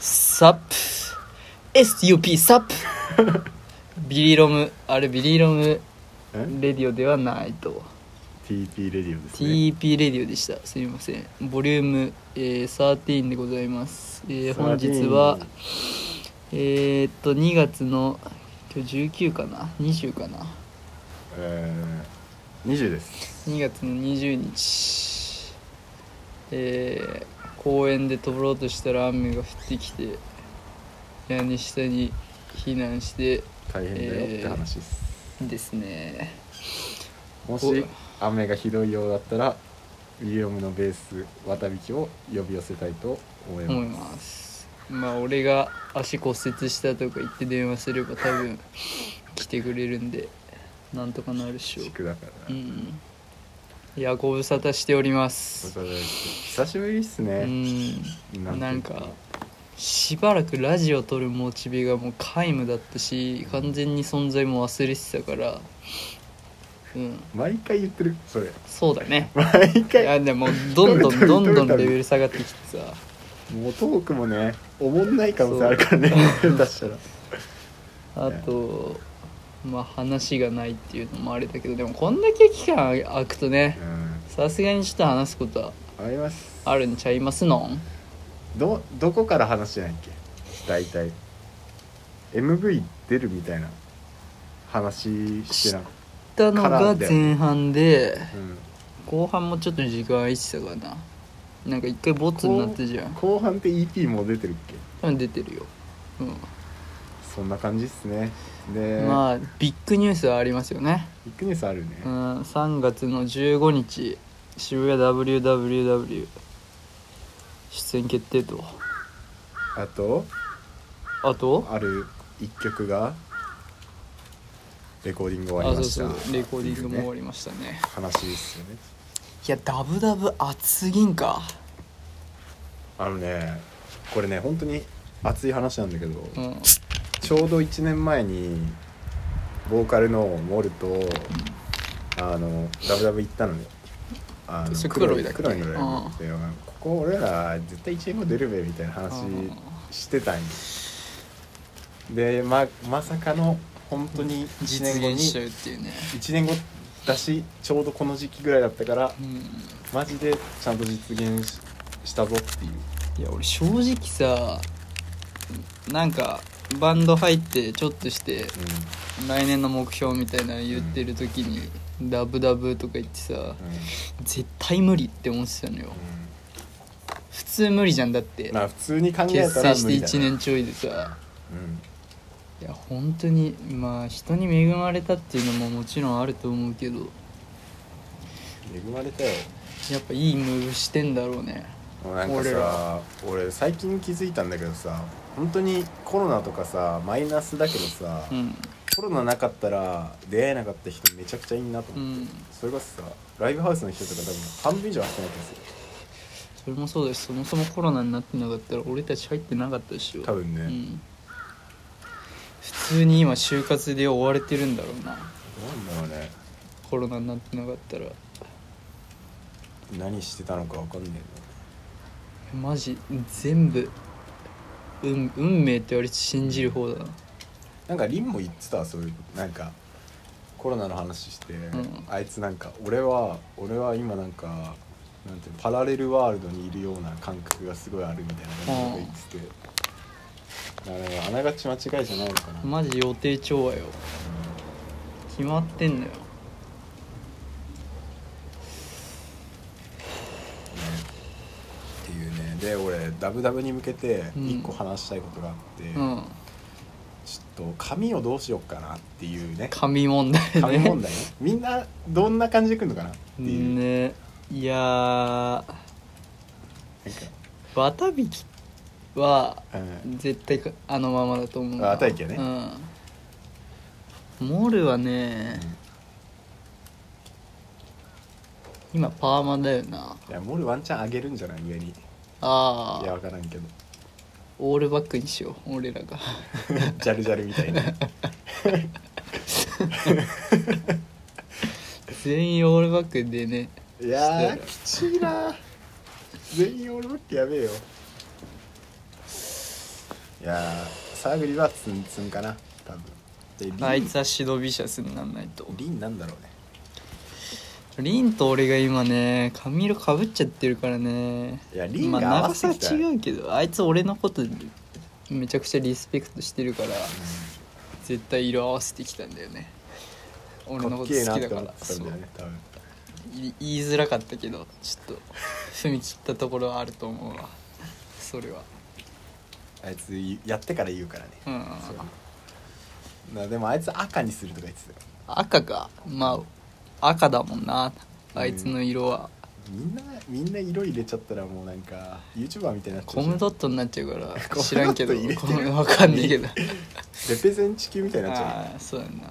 サップ SUP サップビリロムあれビリロムえレディオではないと TP レディオですね TP レディオでしたすみませんボリューム、えー、13でございます、えー本日はえーっと2月の今日19かな20かなえー、20です2月の20日えー公園で登ろうとしたら雨が降ってきて屋根下に避難して大変だよって話です、ですねもおし雨がひどいようだったらウィリアムのベース綿引きを呼び寄せたいと思います思いますまあ俺が足骨折したとか言って電話すれば多分来てくれるんでなんとかなるっしょ宿だから、うおんいやご無沙汰しております互い久しぶりっすうね、んてなんかしばらくラジオ撮るモチベがもう皆無だったし完全に存在も忘れてたからうん毎回言ってるそれそうだね毎い回やでもどんどんどんどんレベル下がってきてさもうトークもねおもんない可能性あるからね出 したらあとまあ話がないっていうのもあれだけどでもこんだけ期間空くとねうさすがにちょっと話すことはんありますあるんちゃいますのんどどこから話してないっけ大体 MV 出るみたいな話してなかっだのからがだよ前半でた、うん後半もちょっと時間空いてたかななんか一回ボツになったじゃん後半って EP もう出てるっけ多分出てるよ、そんな感じっすねうで、ん、まあビッグニュースはありますよね、ビッグニュースあるね、うん、3月の15日渋谷 WWW 出演決定とあとあとある一曲がレコーディング終わありそまうしそたうレコーディングも終わりりましたね話ですよねいやダブダブ熱すぎんかあのねこれね本当に熱い話なんだけど、うんちょうど1年前にボーカルのモルと、あのダブダブ行ったのよあそれ黒いだっけ黒いのライブってここ俺ら絶対1年後出るべみたいな話うんしてたんよでままさかの本当に1実年後に現しちゃう1っていうね年後だしちょうどこの時期ぐらいだったからうんマジでちゃんと実現ししたぞっていういや俺正直さなんかバンド入ってちょっとして来年の目標みたいなの言ってる時に「ダブダブ」とか言ってさうん、うん絶対無理って思ってたのようん普通無理じゃんだってまあ普通に考え結たら成して無理だな1年ちょいでさうんいや本当にまあ人に恵まれたっていうのももちろんあると思うけど恵まれたよやっぱいいムーブしてんだろうねなんか俺さら俺最近気づいたんだけどさ本当にコロナとかさマイナスだけどさ、うんコロナなかったら出会えなかった人めちゃくちゃいいなとう思って、んそれこそさライブハウスの人とか多分半分以上集まってますよそれもそうだしそもそもコロナになってなかったら俺たち入ってなかったでしょ多分ね、うなんん普通に今就活で追われてるんだろうなだろうねコロナになってなかったら何してたのかわかんねマジ全部運運命って言われて信じる方だなえななんか凛も言ってたわそういうことなんかコロナの話して、んあいつなんか俺は俺は今なんかなんていうのパラレルワールドにいるような感覚がすごいあるみたいな感じで言ってて、だからあながち間違いじゃないのかな、マジ予定調和よ決まってんのよっていうねで俺ダブダブに向けてうん一個話したいことがあって、うんちょっと髪をどうしようかなっていうね紙問題ね髪問題ねみんなどんな感じでくるのかなっていう、 ねいやーなんかバタ引きはうん絶対かあのままだと思うなあ大気やねうんモルはね、今パーマだよないやモルワンチャンあげるんじゃない上にいあやあわからんけどオールバックにしよう俺らが ジャルジャルみたいな全員オールバックでねいやしてーるきちいな全員俺もってやべえよいやーサーグリはツンツンかな多分でリンあいつはシドビシャスになんないとリンなんだろうねリンと俺が今ね髪色かぶっちゃってるからねいやリンまがあ合わ長せさてきたら、は違うけどあいつ俺のことめちゃくちゃリスペクトしてるから絶対色合わせてきたんだよね俺のかこっとけえ好なきっだてか思っらてたんだよね多分い言いづらかったけどちょっと踏み切ったところはあると思うわそれはあいつやってから言うからね、うんそうなでもあいつ赤にするとか言ってたよ赤かまあ赤だもんなあいつの色は、みんなみんな色入れちゃったらもうなんか YouTuber みたいになっちゃコうじゃムんドットになっちゃうから コムドット知らんけど入れてコるムわかんないけどレペゼン地球みたいになっちゃうああそうやな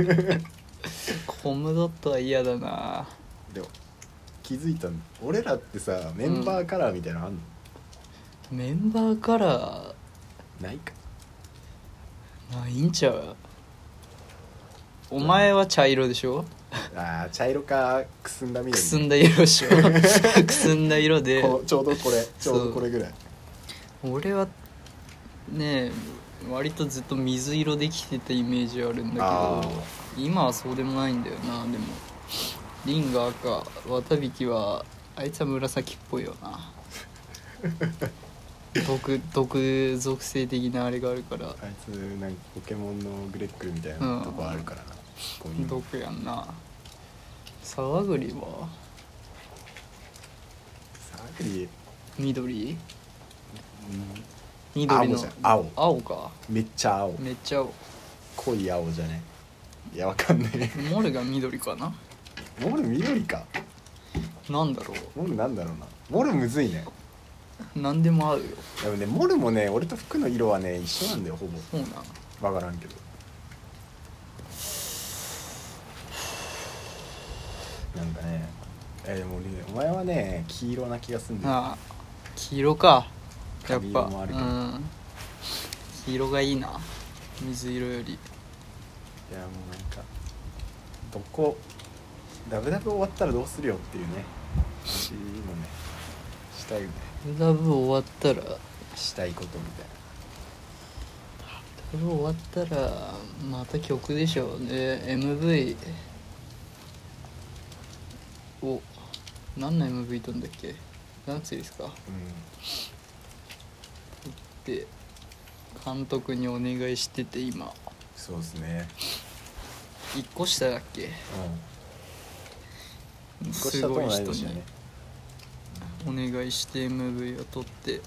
コムドットは嫌だなでも気づいたの俺らってさメンバーカラーみたいなのあんの、メンバーカラないかーないんちゃうお前は茶色でしょあー茶色かくすんだ緑くすんだ色でしょ くすんだ色でこうちょうどこれちょうどこれぐらい俺はね割とずっと水色できてたイメージあるんだあけど今はそうでもないんだよなでもリンが赤綿引きはあいつは紫っぽいよ な毒毒属性的なあれがあるからあいつなんかポケモンのグレックルみたいなとこあるからな、こういうの毒やんな沢栗はサークリ緑うん緑の青じゃん青青かめっちゃ青めっちゃ青濃い青じゃねいやわかんねモルが緑かなえモル緑かなんだろモルなんだろうなモルむずいねう何でも合うよでもねモルもね俺と服の色はね一緒なんだよほぼそうなんわからんけどなんかねえーでも俺ねお前はね黄色な気がすんだよああ黄色かやっ髪ぱ色もあるけうどん黄色がいいな水色よりいやもうなんかどこダブダブ終わったらどうするよっていうね話もねしたいよねラブ終わったらラしたいことみたいブ終わったらまた曲でしょうね MV お何の MV 撮んだっけ何ついですかなって監督にお願いしてて今そうですね1個下だっけうん少しすたとごもいない人ですよにねお願いして MV を撮って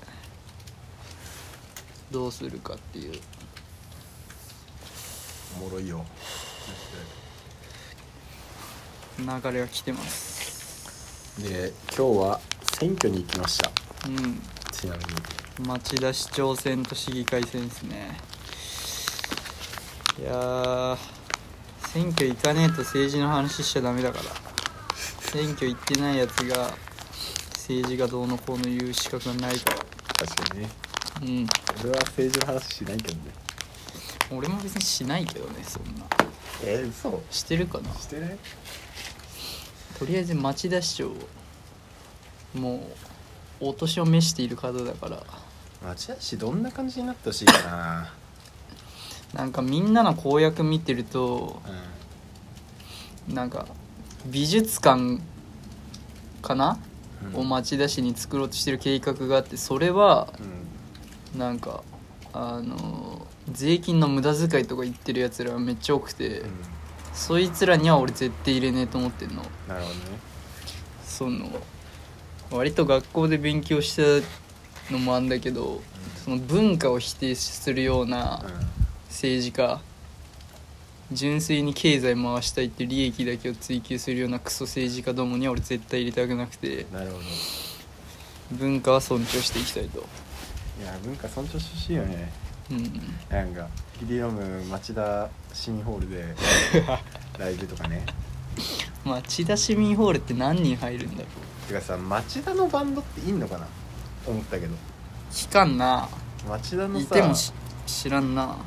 どうするかっていうおもろいよ流れが来てますで今日は選挙に行きましたうんちなみに町田市長選と市議会選ですねいやー選挙行かねえと政治の話しちゃダメだから選挙行ってないやつが政治がどうのこうの言う資格がないから確かにねうん俺は政治の話しないけどね俺も別にしないけどねそんなえー、嘘してるかなしてないとりあえず町田市長もうお年を召している方だから町田市どんな感じになってほしいかななんかみんなの公約見てるとうなんか美術館かな、んを町田市に作ろうとしてる計画があってそれはうんなんかあの税金の無駄遣いとか言ってるやつらがめっちゃ多くて、うんそいつらには俺絶対入れねえと思ってんのなるほどねその割と学校で勉強したのもあんだけどその文化を否定するような政治家純粋に経済回したいって利益だけを追求するようなクソ政治家どもには俺絶対入れたくなくてうんなるほどい文化は尊重していきたいとや文化尊重してほしいよねうんなんかリリオム町田市民ホールで ライブとかね町田市民ホールって何人入るんだろうてかさ町田のバンドっていいのかなと思ったけど聞かんな町田のいさてもし知らんな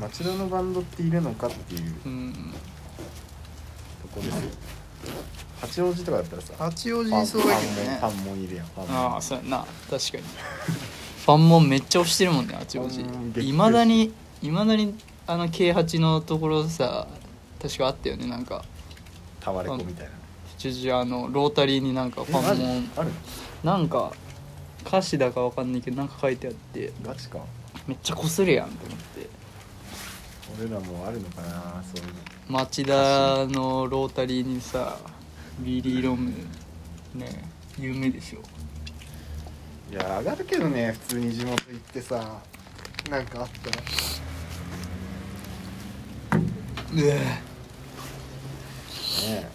町田のバンドっているのかっていううんとこですよ八王子とかだったらさ八王パンパンも入れやんパンも ああそうやな確かにファンモンめっちゃ押してるもんねあちこフちァンモン激推しいまだにいまだにあの K8 のところさ確かあったよねなんかタワレコみたいな一時あのロータリーになんかフえァマンジモンあるなんか歌詞だかわかんないけどなんか書いてあってガチかめっちゃこするやんと思って俺らもあるのかなそういうの町田のロータリーにさビリー・ロムね有名ですよいや上がるけどね普通に地元行ってさなんかあったらうえね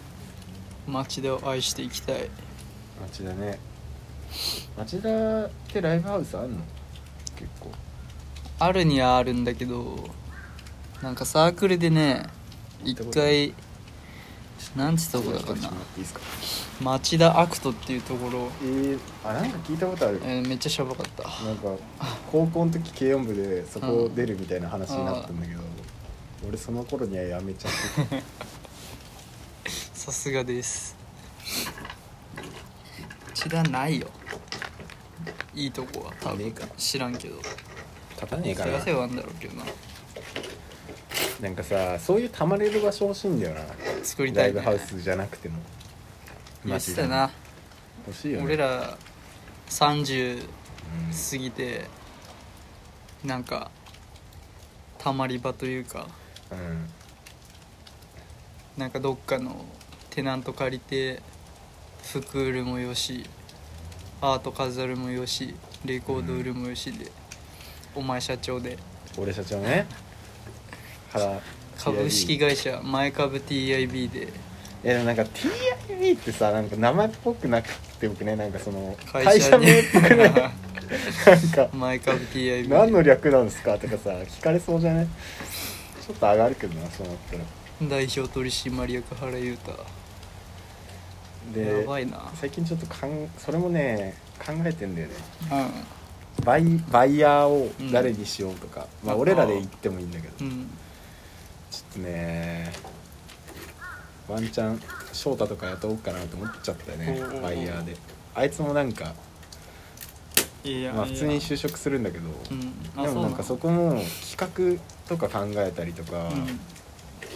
町田を愛していきたい町田ね町田ってライブハウスあんの結構あるにはあるんだけどなんかサークルでね行っ一たことない回なんつったとこだかちょっとな待っていいですか町田アクトっていうところ、えー、あなんか聞いたことあるえーめっちゃしゃばかったなんか高校の時軽音部でそこ出るみたいな話になったんだけど俺その頃にはやめち ゃってたさすがです町田ないよいいとこは多ねえ分か知らんけど立たねえ探せはあんだろうけどななんかさそういうたまれる場所欲しいんだよな作りたラい、イね、ブハウスじゃなくても言ってたな欲しいよね俺ら30うん過ぎてなんかたまり場というかうんなんかどっかのテナント借りて服売るもよしアート飾るもよしレコード売るもよしで、お前社長で俺社長ね原株式 TIB 会社前株 TIB でいやでもなんか TIB ってさなんか名前っぽくなくてよくねなんかその会会社社名にっぽくないなんか 前株 TIB 何の略なんですかとかさ聞かれそうじゃないちょっと上がるけどなそうなったら代表取締役原裕太やばでいな最近ちょっとかんそれもね考えてんだよねうバイバイヤーを誰にしようとか、うんまああ俺らで言ってもいいんだけどんうちょんっとねワンチャン翔太とか雇おうかなと思っちゃったよねおうおうおうバイヤーであいつもなんか、いやまあ、普通にょ就職するんだけどうんでもなんかそこも企画とか考えたりとか、うん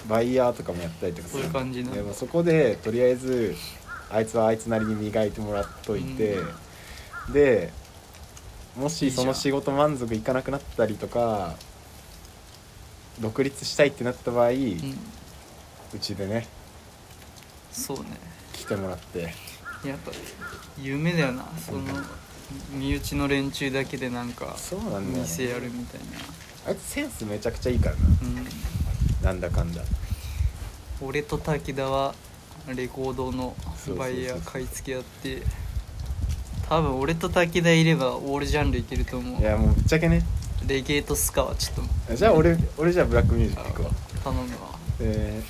バイヤーとかもやったりとかするそういう感じなんだでもそこでとりあえずあいつはあいつなりに磨いてもらっといて、でもいいじしゃんその仕事満足いかなくなったりとか独立したいってなった場合、ううんちでねそうね来てもらってやっぱ夢だよなその身内の連中だけでなんかそうなんだよね、店やるみたいあいつセンスめちゃくちゃいいからなな、なんだかんだうん、俺と滝田はレコードのバイヤそうそうそうーそう買い付けやって多分俺と滝田いればオールジャンルいけると思いうやもうぶっちゃけねレゲエとスカはちょっじゃあ俺俺じゃあブラックミュージック行くわと頼むわ、えー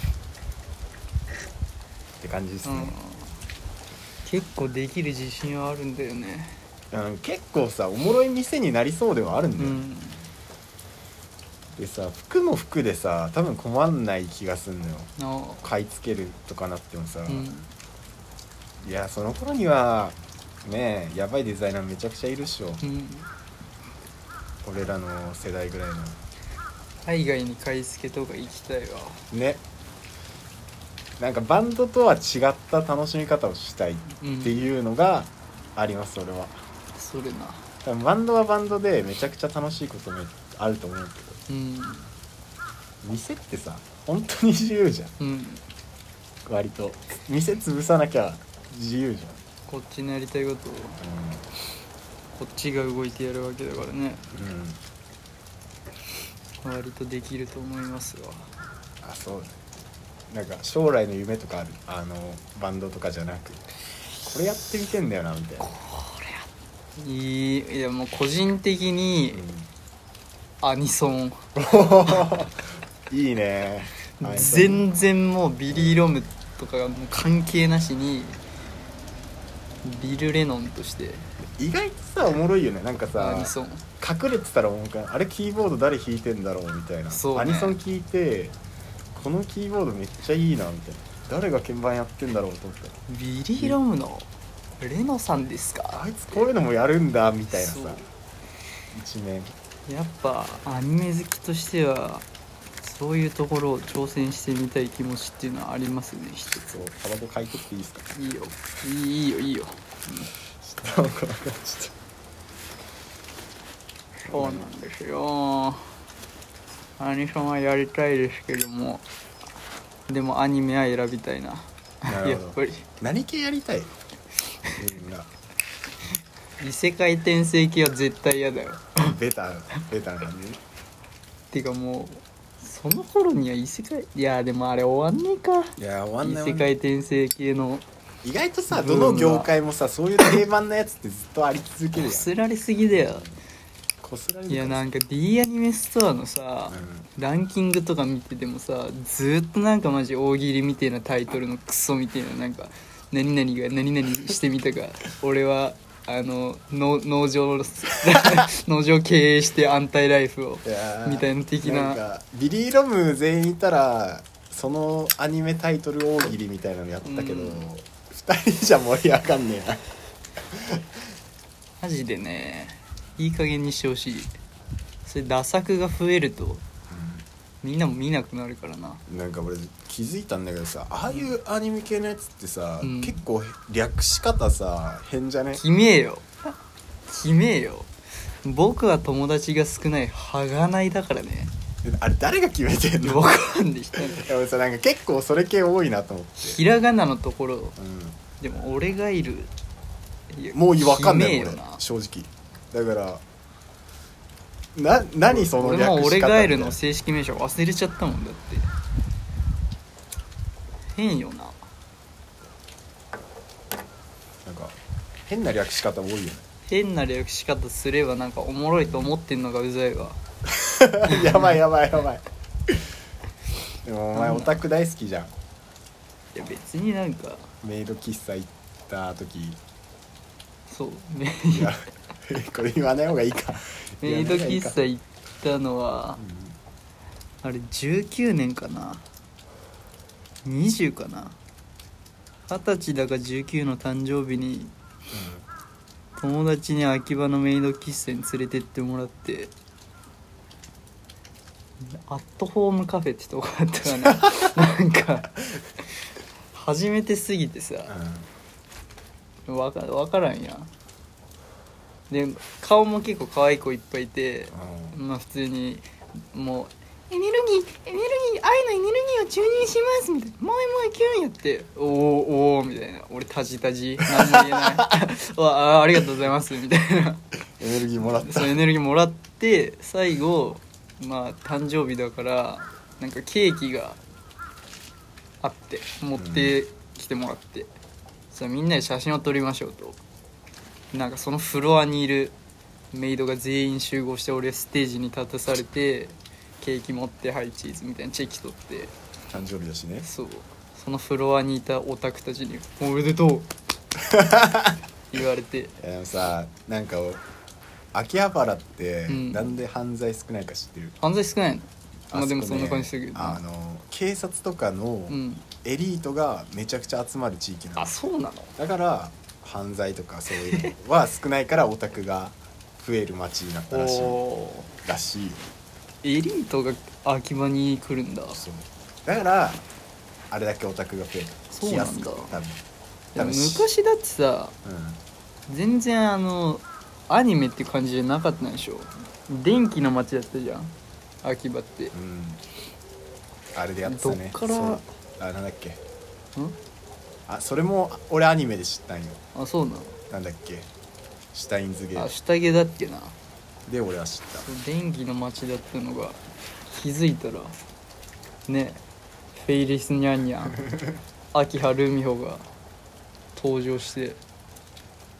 って感じですうね、ん、結構できる自信はあるんだよねうん結構さおもろい店になりそうではあるんうだよ、んでさ服も服でさ多分困んない気がすんのよの買い付けるとかなってもさ、うんいやその頃にはねえやばいデザイナーめちゃくちゃいるっしょ、うん俺らの世代ぐらいの海外に買い付けとか行きたいわねなんかバンドとは違った楽しみ方をしたいっていうのがあります、俺はそれな多分バンドはバンドでめちゃくちゃ楽しいこともあると思うけどうん店ってさ本当に自由じゃうんん割と店潰さなきゃ自由じこっちのやりたいことをゃん、うんこっちが動いてやるわけだからねうん、割とできると思いますわあそうなんか将来の夢とかあるあのバンドとかじゃなくこれやってみてんだよなみたいな、いいいやもう個人的にアニソンうんいいね全然もうビリー・ロムとかがもう関係なしにビル・レノンとして意外とさおもろいよねなんかアさニソン隠れてたら思うからあれキーボード誰弾いてんだろうみたいな、そうねアニソン聞いてこのキーボードめっちゃいいなみたいな誰が鍵盤やってんだろうと思ったらビリー・ロムのレノさんですかあいつこういうのもやるんだみたいなそうさ一面やっぱアニメ好きとしてはそういうところを挑戦してみたい気持ちっていうのはありますね一つそうタバコ買い取っていいですかいいよいいいいよいいよちょっとタバコなんかちょっそうなんですよアニソンはやりたいですけどもでもアニメは選びたいななやるっほどぱりと何系やりたいみんな異世界転生系は絶対嫌だよベタベタなんでてかもうその頃には異世界いやでもあれ終わんねえかいや終わん異ない世界転生系の意外とさブームがどの業界もさそういう定番のやつってずっとあり続けるこやんすられすぎだよこすられるいやなんんか D アニメストアのさ、ランキングとか見ててもさずーっとなんかマジ大喜利みたいなタイトルのクソみたいななんか何々が何々してみたが俺はあのの農場の 農場経営して安泰ライフをみたいな的なんかビリー・ロム全員いたらそのアニメタイトル大喜利みたいなのやったけど、う二ん人じゃ盛り上がんねえなマジでねいい加減にしてほしいそれ打作が増えるとみんなも見なくなるからななんか俺気づいたんだけどさああいうアニメ系のやつってさ、うん結構略し方さ変じゃね決めえよ決めえよ僕は友達が少ないはがないだからねあれ誰が決めてんのわかんできたいや俺さなんか結構それ系多いなと思って、ひらがなのところうんでも俺がいるいやもうわかんない決めえ俺よな正直だからな何その俺略し方も俺がいるのみた正式名称忘れちゃったもんだって変よないななんか変な略し方多いよね 変な略し方すればなんかおもろいと思ってんのがうざいわやばいやばいやばいでもおな前んオだタク大好きじゃんいや別になんかメイド喫茶行った時そういや これ言わない方がい いかメイド喫茶行行ったのはあれ19年かな20かな二十歳だか19の誕生日に友達に秋葉のメイド喫茶に連れてってもらってアットホームカフェってとこあったか ななんか初めてすぎてさわかわからんやんで顔も結構可愛い子いっぱいいてまあ普通にもうエネルギーエネルギー愛のエネルギーを注入しますみたいな「もうもうキュン」やって「おーおー」みたいな俺タジタジ何も言えない「わあーありがとうございます」みたいなエネルギーもらったそのエネルギーもらって最後まあ誕生日だからなんかケーキがあって持ってきてもらって、さあみんなで写真を撮りましょうとなんかそのフロアにいるメイドが全員集合して俺ステージに立たされてケーキ持ってハイチーズみたいなチェキ取って誕生日だしねそうそのフロアにいたオタクたちに「おめでとう」言われていやでもさなんか秋葉原ってうんなんで犯罪少ないか知ってる、犯罪少ないのまこあねでもそんな感じするけどあの警察とかのうんエリートがめちゃくちゃ集まる地域なの、あそうなのだから犯罪とかそういうのは少ないからオタクが増える街になったらし いおらしいよーエリートが秋葉に来るんだそうだからあれだけオタクが増えるそうなんだ来やすく多分で多も分し昔だってさうん全然あのアニメって感じじゃなかったんでしょ電気の街だったじゃん秋葉ってんうんあれでやってたねどっからそうあなんだっけあそれも俺アニメで知ったんよあそうななんだっけシュタインズゲのあー下着だっけなで俺は知った電気の街だったのが気づいたらねフェイリスニャンニャン秋葉ルミホが登場して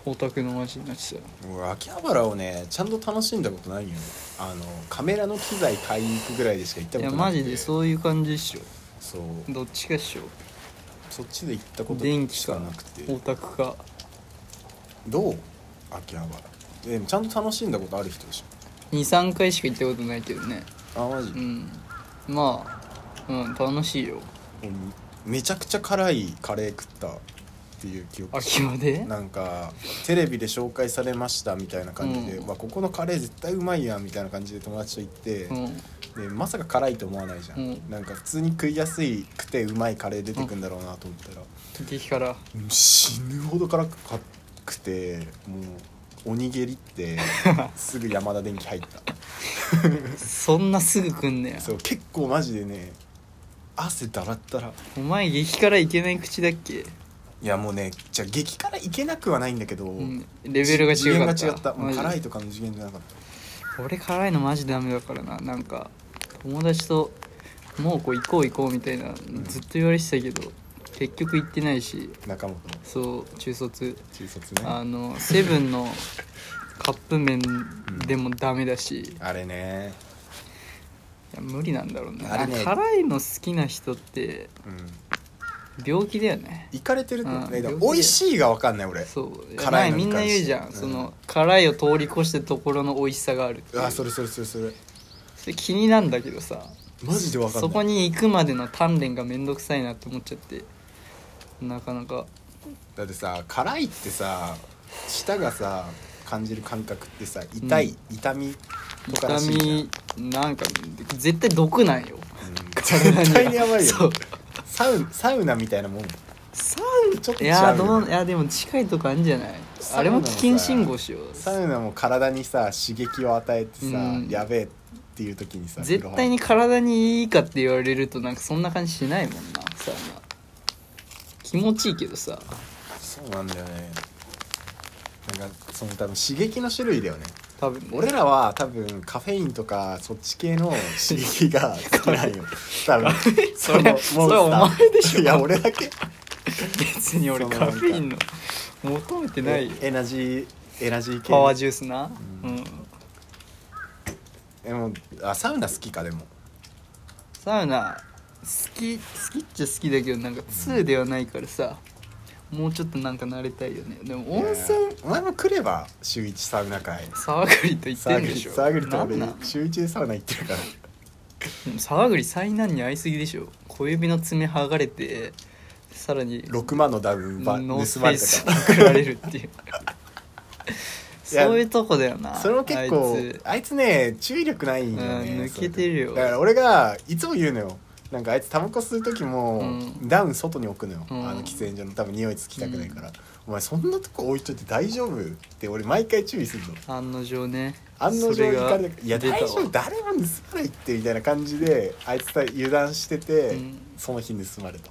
オタクの街になってた俺秋葉原をねちゃんと楽しんだことないよねあのカメラの機材買いに行くぐらいでしか行ったいこやとなマいジでうそういう感じっしょそうどっちかっしょそっちで行ったこと電気しかかなくてオタクかどう秋葉原でもちゃんと楽しんだことある人でし23回しか行ったことないけどねょあマジ、うんまあうん楽しいよ俺めちゃくちゃ辛いカレー食ったっていう記憶秋までなんかテレビで紹介されましたみたいな感じで、うんわここのカレー絶対うまいやんみたいな感じで友達と行って、うんでまさか辛いと思わないじゃん、うんなんか普通に食いやすいくてうまいカレー出てくんだろうなと思ったら、激辛うん死ぬほど辛くかくてもうおにぎりって すぐ山田電機入ったそんなすぐ来んねやそう結構マジでね汗だらったらお前激辛いけない口だっけ、いやもうねじゃあ激辛いけなくはないんだけど、うん、レベルが違かった次元が違ったもマうジで辛いとかの次元じゃなかった俺辛いのマジダメだからななんか友達と「もうこう行こう行こう」みたいなずっと言われてたけど結局行ってないし中本そう中卒中卒ねああのセブンのカップ麺でもダメだし、いれねや無理なんだろうな、あれね辛いの好きな人ってうん病気だよねいかれてるってうんね、だか病気らで美味しいが分かんない俺そう辛前いのみにんな言うじゃん、関してそうんの辛いを通り越してところの美味しさがあるっていうあそれそれそれそれそれ気になんだけどさマジで分かんないそこに行くまでの鍛錬がめんどくさいなって思っちゃってなかなかだってさ辛いってさ舌がさ感じる感覚ってさ痛い、痛みとから痛しいじゃんみなんか絶対毒なんようん絶対にやばいそようサウサウナみたいなもんサちょっとウい違うよやねどういやでも近いとこあるんじゃないサウナあれも危険信号しようサウナも体にさ刺激を与えてさ、うんやべえっていう時にさ絶対に体にいいかって言われるとなんかそんな感じしないもんなサウナ気持ちいいけどさそうなんだよねなんかその多分刺激の種類だよね多分ね俺らは多分カフェインとかそっち系の刺激が好きな んよ多分それそれお前でしょいや俺だけ別に俺そのカフェインの求めてないよエナジーエナジー系パワージュースなうんうんでもあサウナ好きかでもサウナ好き好きっちゃ好きだけどなんか2ではないからさ、もうちょっとなんか慣れたいよねでも温いや泉お前も来れば週一サウナ会沢栗と言っサてーんグでリしょサーグリとなん俺なん週一でサウナ行ってるからでも沢栗災難に遭いすぎでしょ小指の爪剥がれてさらに6万のダウン奪ノース盗フまェれイスたにか送られるっていう いやそういうとこだよならそれも結構あいつあいつね注意力ないんよねうん抜けてるよだから俺がいつも言うのよなんかあいつタバコ吸う時も、うんダウン外に置くのよ、うんあの喫煙所の多分匂いつきたくないから、お前そんなとこ置いといて大丈夫って俺毎回注意するの案の定ね案のそ定れ行がかれたいや出大た丈わ夫誰も盗まないってみたいな感じであいつさ油断してて、うんその日盗まれた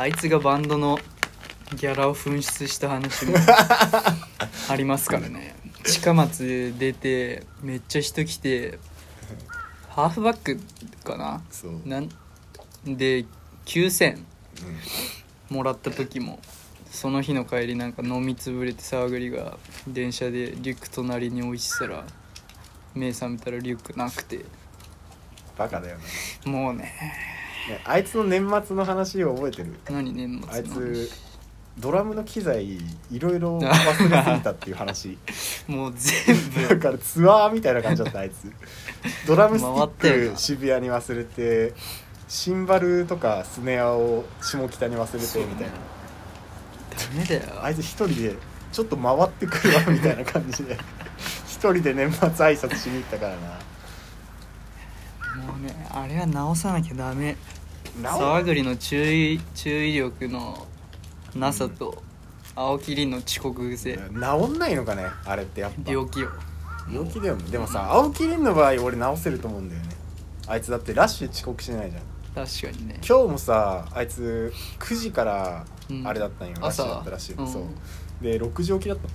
あいつがバンドのギャラを紛失した話 もありますからね近松出てめっちゃ人来てハーフバックかなそう、なんで9000うんもらった時もその日の帰りなんか飲み潰れて騒ぐりが電車でリュック隣に置いてたら目覚めたらリュックなくてバカだよねもうねねあいつの年末の話を覚えてる何年あ末いのつドラムの機材いろ いろ忘れすぎたっていう話もう全だ部からツアーみたいな感じだったあいつドラムスティ回ってるッなク渋谷に忘れてシンバルとかスネアを下北に忘れてみたいな、ダメだよあいつ一人でちょっと回ってくるわみたいな感 じで一人で年末挨拶しに行ったからなもうねあれは直さなきゃダメなお沢栗の注意注意力のなさと青木凛の遅刻癖治んないのかねあれってやっぱ病気よ病気だよねでもさ青木凛の場合俺直せると思うんだよねあいつだってラッシュ遅刻しないじゃん確かにね今日もさあいつ9時からうんあれだったんよ、ラッシ朝ュだったらしい、うんそうで6時起きだった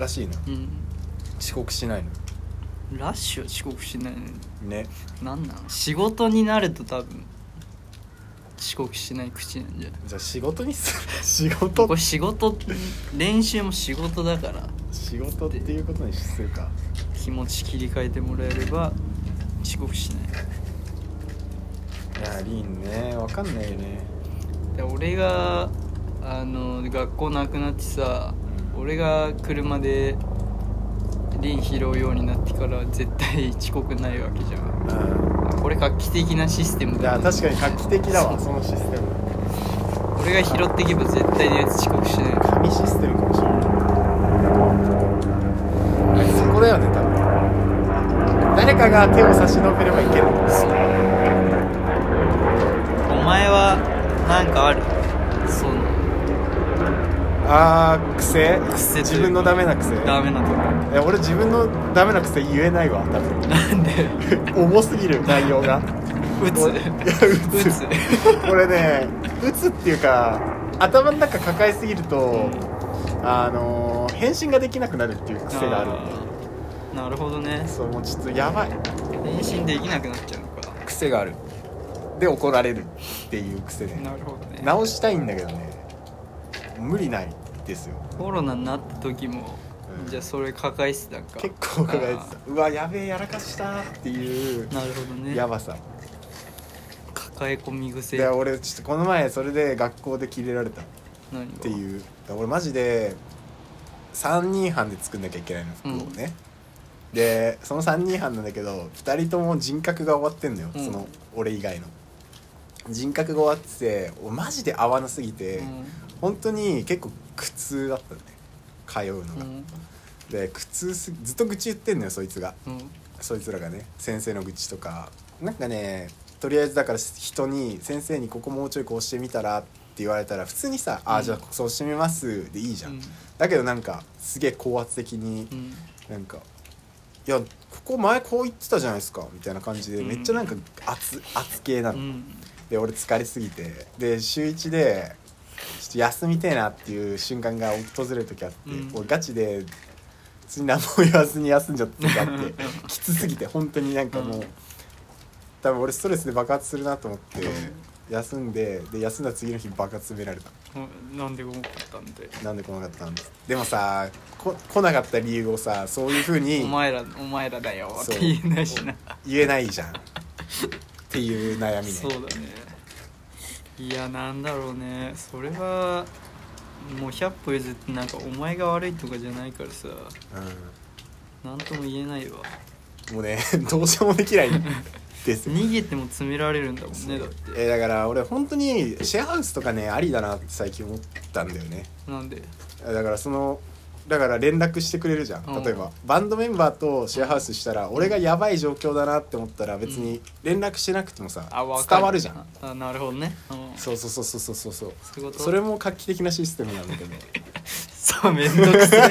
らしいのうん遅刻しないのラッシュは遅刻しないのねなんなん仕事になると多分遅刻しない口なんじゃないじゃあ仕事にす 仕こ事れ仕事練習も仕事だから仕事っていうことにするか気持ち切り替えてもらえれば遅刻しないいやリンねわかんないよねで俺があの学校なくなってさ、うん俺が車で凛拾うようになってから絶対遅刻ないわけじゃんうんあこれ画期的なシステムいやだ確かに画期的だわそうそのシステム俺が拾っていけば絶対にやつ遅刻しない紙システムかもしれないあれそこだよね多分誰かが手を差し伸べればいけるお前はなんかあるそのあー癖癖というか自分のダメな癖ダメなとこいや俺自分のダメな癖言えないわ多分なんで 重すぎる内容が打つ 俺いや打つ打つ俺ね打つっていうか頭の中抱えすぎると、あのー返信ができなくなるっていう癖があるんだよあーなるほどねそうもうちょっとやばい返信できなくなっちゃうのか癖があるで怒られるっていう癖でなるほどね直したいんだけどね無理ないですよコロナになった時も、うんじゃあそれ抱えてたんか結構考えてたうわやべえやらかしたっていうあーなるほどねやばさ抱え込み癖で俺ちょっとこの前それで学校でキレられたっ何がていう俺マジで3人班で作んなきゃいけないの服をね、でその3人班なんだけど2人とも人格が終わってんのよ、うんその俺以外の人格が終わってて俺マジで合わなすぎて、う本当に結構苦痛だったね通うのが、んで苦痛すずっと愚痴言ってんのよそいつがうんそいつらがね先生の愚痴とかなんかねとりあえずだから人に「先生にここもうちょいこうしてみたら」って言われたら普通にさ「あうあんじゃあそうしてみます」でいいじゃん、うんだけどなんかすげえ高圧的にうんなんか「いやここ前こう言ってたじゃないですか」みたいな感じうでんめっちゃなんか圧圧系なうの、んで俺疲れすぎてで週1でちょっと休みてえなっていう瞬間が訪れる時あって、うん俺ガチで普通に何も言わずに休んじゃった時 あってきつすぎて本当になんかもう、うん多分俺ストレスで爆発するなと思ってう休んでで休んだ次の日爆発められたうんなんで重かったんでなんで来なかったんですでもさこ来なかった理由をさそういうふうおに前らお前らだよっそうて言えないしな言えないじゃんっていう悩みねそうだねいやなんだろうねそれはもう100歩譲ってなんかお前が悪いとかじゃないからさ何とも言えないわうん、もうねどうしようもできないですよ逃げても詰められるんだもんねだってえーだから俺本当にシェアハウスとかねありだなって最近思ったんだよねなんでだからそのだから連絡してくれるじゃうんん例えば、バンドメンバーとシェアハウスしたら俺がやばい状況だなって思ったら別に連絡してなくてもさ、あわか伝わるじゃんあなるほどねうんそうそうそうそうそうそうそういうことそれも画期的なシステムなんだけどそうめんどくせえ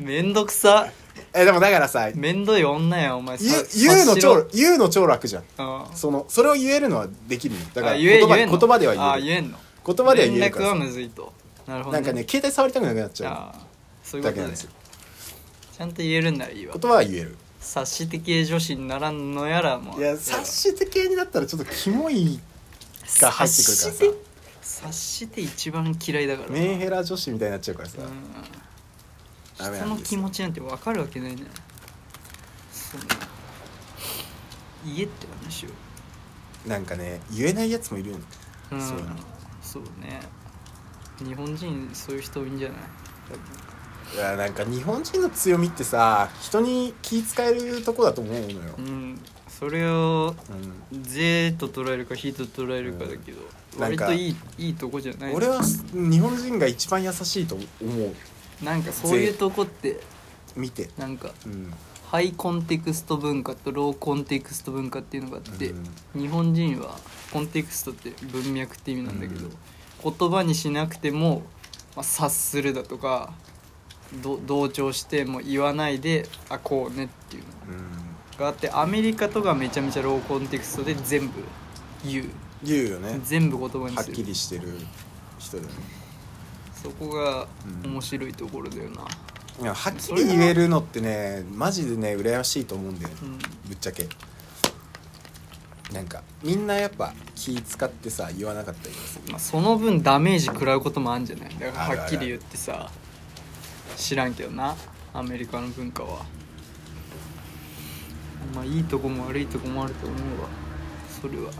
めんどくさえでもだからさ言うめんどい女やお前さ言うの察しろ超言うの超楽じゃんあそのそれを言えるのはできるのだからあ言葉んでの言葉ではあ言える言えんの言葉では言えるか連絡はらさむずいとなるほど、なんかね携帯触りたくなくなっちゃああそうういうことだけなんねですよちゃんと言えるんならいいわ言葉は言える察して系女子にならんのやらもいや察して系になったらちょっとキモいが入ってくるからさ察して察して一番嫌いだからなメンヘラ女子みたいになっちゃうからさ、うんダメな人んのです気よ持ちなんて分かるわけないねそんな言えって話よなんかね言えないやつもいるよねうんそうなのそうね日本人そういう人多いんじゃないいやなんか日本人の強みってさ人に気使えるとこだと思うのよ、うんそれをうん税と捉えるか非と捉えるかだけど、うんなん割かといいいいとこじゃない俺は日本人が一番優しいと思うなんかそういうとこって見てなんかうんハイコンテクスト文化とローコンテクスト文化っていうのがあって、う日本人はコンテクストって文脈って意味なんだけど、う言葉にしなくても、まあ、察するだとかど同調しても言わないであこうねっていうのうんがあってアメリカとかめちゃめちゃローコンテクストで全部言う言うよね全部言葉にはっすきるりしてる人だよねそこがうん面白いところだよな、いやはっきり言えるのってねマジでね羨ましいと思うんだよね、うんぶっちゃけなんかみんなやっぱ気使ってさ言わなかったりとかするまあ、その分ダメージ食らうこともあるんじゃないだからあるあるはっきり言ってさ知らんけどなアメリカの文化はまあいいとこも悪いとこもあると思うわそれは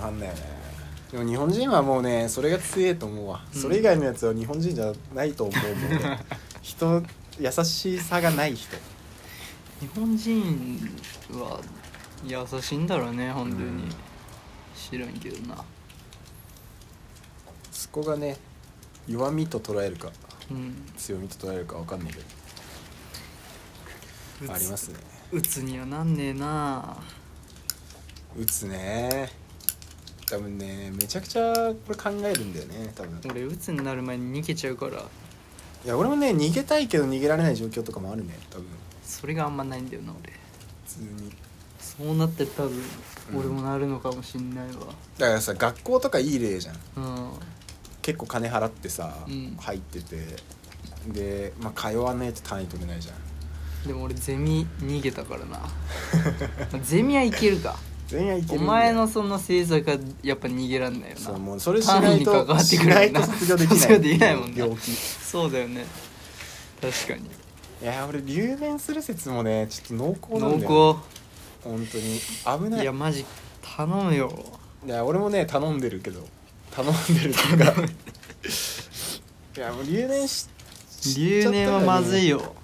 半々だよねでも日本人はもうねそれが強えと思うわ、うんそれ以外のやつは日本人じゃないと思うもんね 人優しさがない人日本人は優しいんだろうね本当に、うん知らんけどなすこがね弱みと捉えるかうん強みと捉えるかわかんないけどうつありますねうつにはなんねえな打つね多分ねめちゃくちゃこれ考えるんだよね多分俺うつになる前に逃げちゃうからいや俺もね逃げたいけど逃げられない状況とかもあるね多分それがあんまないんだよな俺普通にそうなって多分うん俺もなるのかもしんないわだからさ学校とかいい例じゃんうん結構金払ってさ、うん入っててで、まあ、通わないと単位取れないじゃんでも俺ゼミ逃げたからな まあゼミはいけるか全員はいけおるんだよ前のその制作はやっぱ逃げらんないよそうなもうそれしな単位にいと関わってくるよしなないと卒業できない卒業できないもんな病気いそうだよね確かにや俺留年する説もねちょっと濃厚なんだよ濃本当に危ない厚いいややマジ頼むよ俺もね頼んでるけど頼んでるっていう かいやもう留年し留年はまずいよよ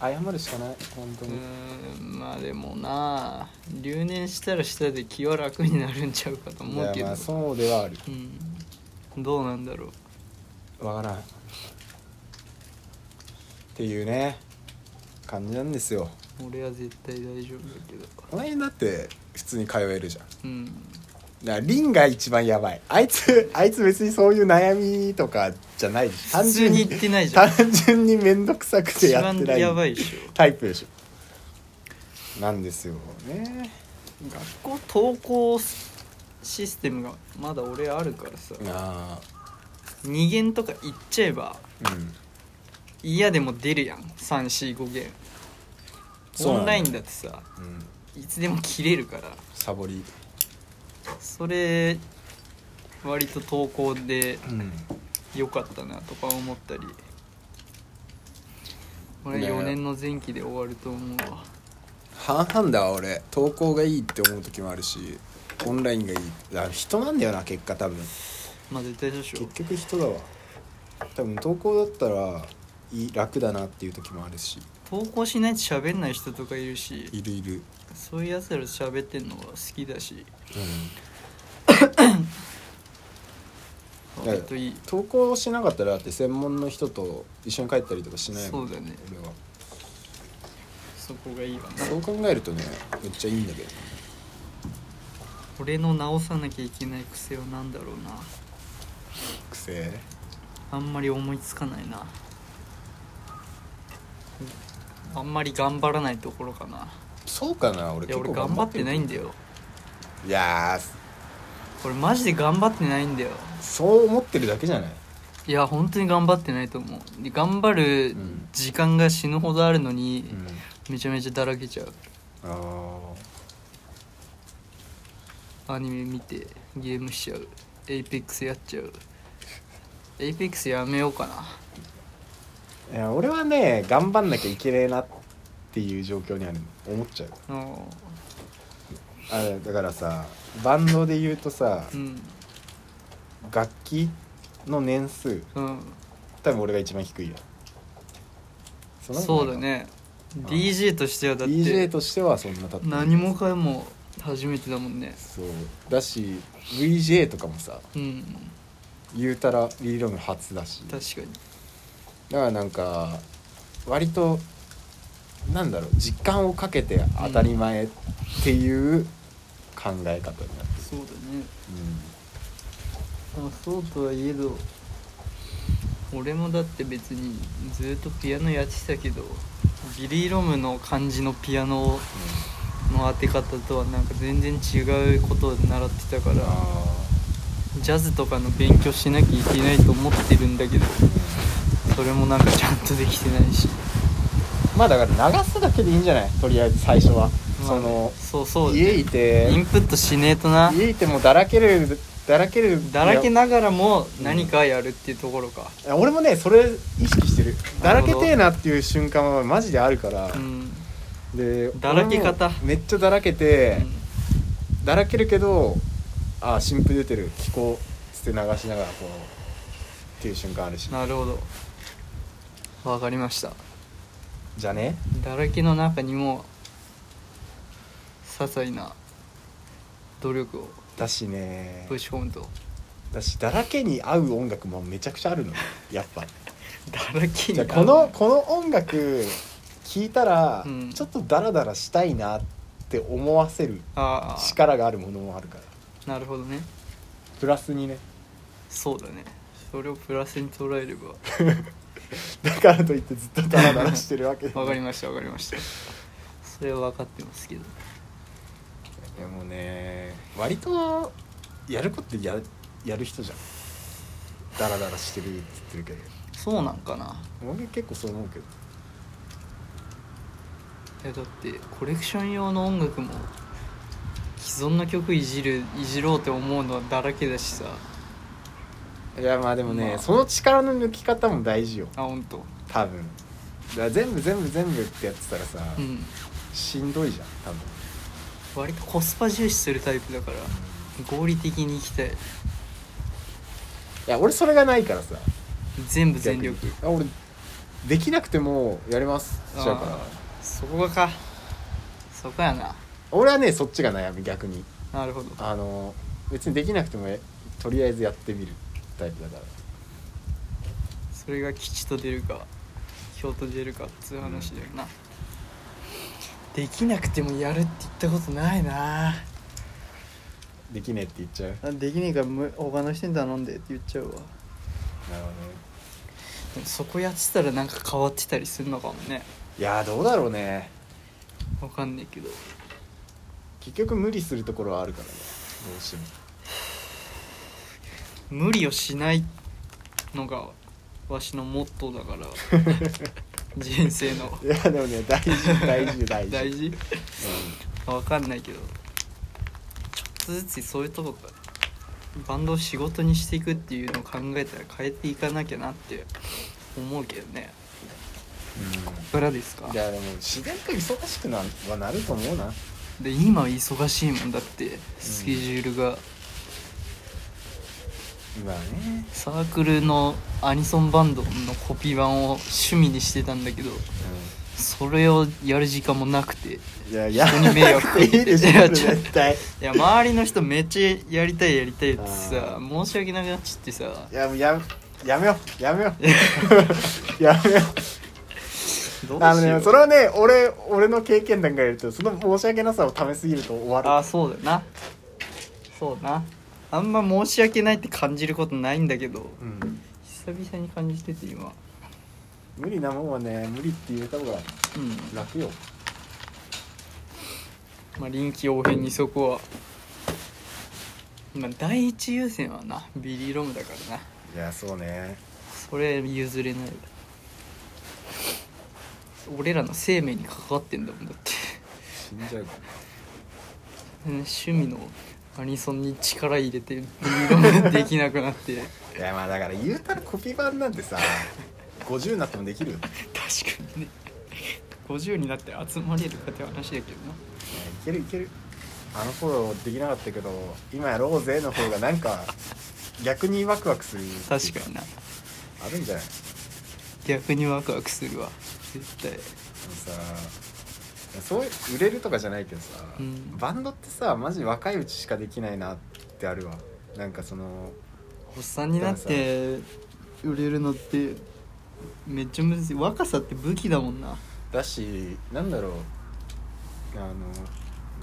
謝るしかない本当うに、ーんまあでもな留年したらしたで気は楽になるんちゃうかとい思うやけどまあそうではあるうんどうなんだろうわからんっていうね感じなんですよ俺は絶対大丈夫だけどお前だって普通に通えるじゃうんんだからリンが一番やばいあいつあいつ別にそういう悩みとかじゃないでしょ普通に言ってないじゃん単純に面倒くさくて一やっ番てないやばいでしタイプでしょなんですよねょこう投稿システムがまだ俺あるからさあ2限とか行っちゃえばあうん嫌でも出るやん345限そオうなんだよンラインだってさうんいつでも切れるからサボりそれ割と投稿でうん良かったなとか思ったり俺ね4年の前期で終わると思うわ半々だわ俺投稿がいいって思う時もあるしオンラインがいいだから人なんだよな結果多分まあ絶対そうでしょ結局人だわ多分投稿だったらいい楽だなっていう時もあるし投稿しないと喋んない人とかいるしいるいるそういうやつらと喋ってんのは好きだしいや割といい投稿しなかったらだって専門の人と一緒に帰ったりとかしないもんそうだね俺はそこがいいわなそう考えるとねめっちゃいいんだけど俺の直さなきゃいけない癖は何だろうな癖あんまり思いつかないなあんまり頑張らないところかなそうかな俺いや結俺構頑張ってないんよだよいや俺マジで頑張ってないんだよーそう思ってるだけじゃないいや本当に頑張ってないと思うで頑張るうん時間が死ぬほどあるのに、うんめちゃめちゃだらけちゃうああアニメ見てゲームしちゃうエイペックスやっちゃうエイペックスやめようかないや俺はね頑張んなきゃいけねえなっていう状況にある思っちゃうあのあれだからさバンドで言うとさうん楽器の年数うん多分俺が一番低いやそんなことそうなだいかねん DJ としてはだっ DJ てとしてはそんな経ってない何もかも初めてだもんねそうだし VJ とかもさうん言うたらリーロム初だしだか確かにらなんか割となんだろう時間をかけて当たり前っていう考え方になってる、そうだねうんまあそうとはいえど俺もだって別にずっとピアノやってたけどビリー・ロムの感じのピアノの当て方とはなんか全然違うことを習ってたからジャズとかの勉強しなきゃいけないと思ってるんだけどそれもなんかちゃんとできてないし、まあだから流すだけでいいんじゃないとりあえず最初まは、あそのそうそうだね家いてインプットしねえとな家いてもだらけるだらけるだらけいながらも何かやるっていうところかや俺もねそれ意識してるだならるほけどてえなっていう瞬間はマジであるから、うん、でだらけ方俺もめっちゃだらけて、だらけるけどああ新婦出てる気候つって流しながらこうっていう瞬間あるしなるほどわかりましたじゃねだらけの中にも些細な努力をだしねぶち込むとだしだらけに合う音楽もめちゃくちゃあるのねやっぱだらけにじなゃあるこのこの音楽聴いたら、うんちょっとダラダラしたいなって思わせるああ力があるものもあるからなるほどねプラスにねそうだねそれをプラスに捉えればだからといってずっとダラダラしてるわけで わかりまましたわかりましたそれは分かってますけどすでもね割とやることってややる人じゃんダラダラしてるって言ってるけどそうなんかな俺結構そう思うけどいやだってコレクション用の音楽も既存の曲いじるいじろうって思うのはだらけだしさいやまあでもね、まあその力の抜き方も大事よあ本当多分だから全部全部全部ってやってたらさ、うんしんどいじゃん多分割とコスパ重視するタイプだから合理的にいきたいいや俺それがないからさ全部全力逆にあ俺できなくてもやりますしちゃうからあーそこがかそこやな俺はねそっちが悩み逆になるほどあの別にできなくてもえとりあえずやってみるタイプだからそれが吉と出るか京と出るかっつう話だよな、できなくてもやるって言ったことないなできねえって言っちゃうなるできねえからむ他の人に頼んでって言っちゃうわほどねでもそこやってたらなんか変わってたりするのかもねいやーどうだろうねわかんないけど結局無理するところはあるからねどうしても無理をしないのがわしのモットーだから 人生の いやでもね大事大事 大事大事うんわかんないけどちょっとずつそういうとこからバンドを仕事にしていくっていうのを考えたら変えていかなきゃなって思うけどねいかがですかいやでも自然と忙しくなはなると思うなで今は忙しいもんだってスケジュールが、今ねサークルのアニソンバンドのコピー版を趣味にしてたんだけどそれをやる時間もなくていいやいや人に迷惑かいけていでしいやょちょ絶対や周りの人めっちゃやりたいやりたいってあさ申し訳なくなっちゃってさいやもうややめよう やめようやめよどううあのしよねうそれはね俺俺の経験談から言うとその申し訳なさをためすぎると終わるああそうだよなそうなあんま申し訳ないって感じることないんだけどうん久々に感じてて今無理なもんはね無理って言えた方がうん楽よまあ臨機応変にそこは今第一優先はなビリーロムだからないやそうねそれ譲れないわ俺らの生命に関わってんだもんだって死んじゃうか趣味のアニソンに力入れてビリロムできなくなって 確いやまあだから言うたらコピー版なんて さ50になってもできるよいかにね50になって集まれるかって話だけどなけるいけるあの頃できなかったけど今やろうぜの方がなんか逆にワクワクするっていう確かになあるんじゃない逆にワクワクするわ絶対あのさそういう売れるとかじゃないけどさ、うんバンドってさマジ若いうちしかできないなってあるわなんかそのおっさんになって売れるのってめっちゃ難しい若さって武器だもんなだしなんだろうあ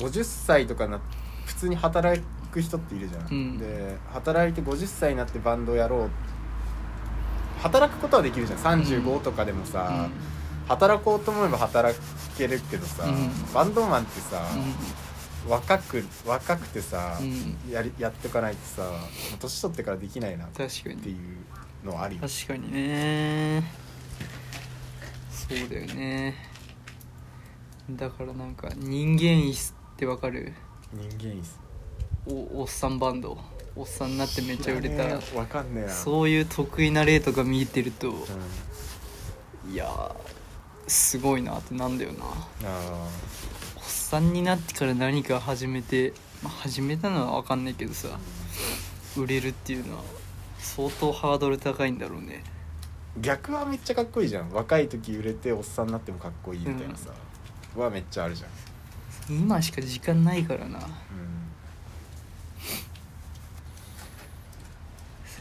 の50歳とかな普通に働く人っているじゃん、うんで働いて50歳になってバンドやろう働くことはできるじゃん35とかでもさ、働こうと思えば働けるけどさ、うんバンドマンってさ、う若く若くてさ、ん、うん、やりやってかないとさもう年取ってからできないなっ確かにていうのはあり確かにねそうだよねだからなんか人間椅子ってわかる人間いすおおっさんバンドおっさんになってめっちゃ売れたわかんねえなう、そういう得意な例とか見えてるとん、いやーすごいなってなんだよなあおっさんになってから何か始めて、まあ、始めたのは分かんないけどさ売れるっていうのは相当ハードル高いんだろうねー逆はめっちゃかっこいいじゃん若い時売れておっさんになってもかっこいいみたいなさ、はめっちゃあるじゃん、今しか時間ないからな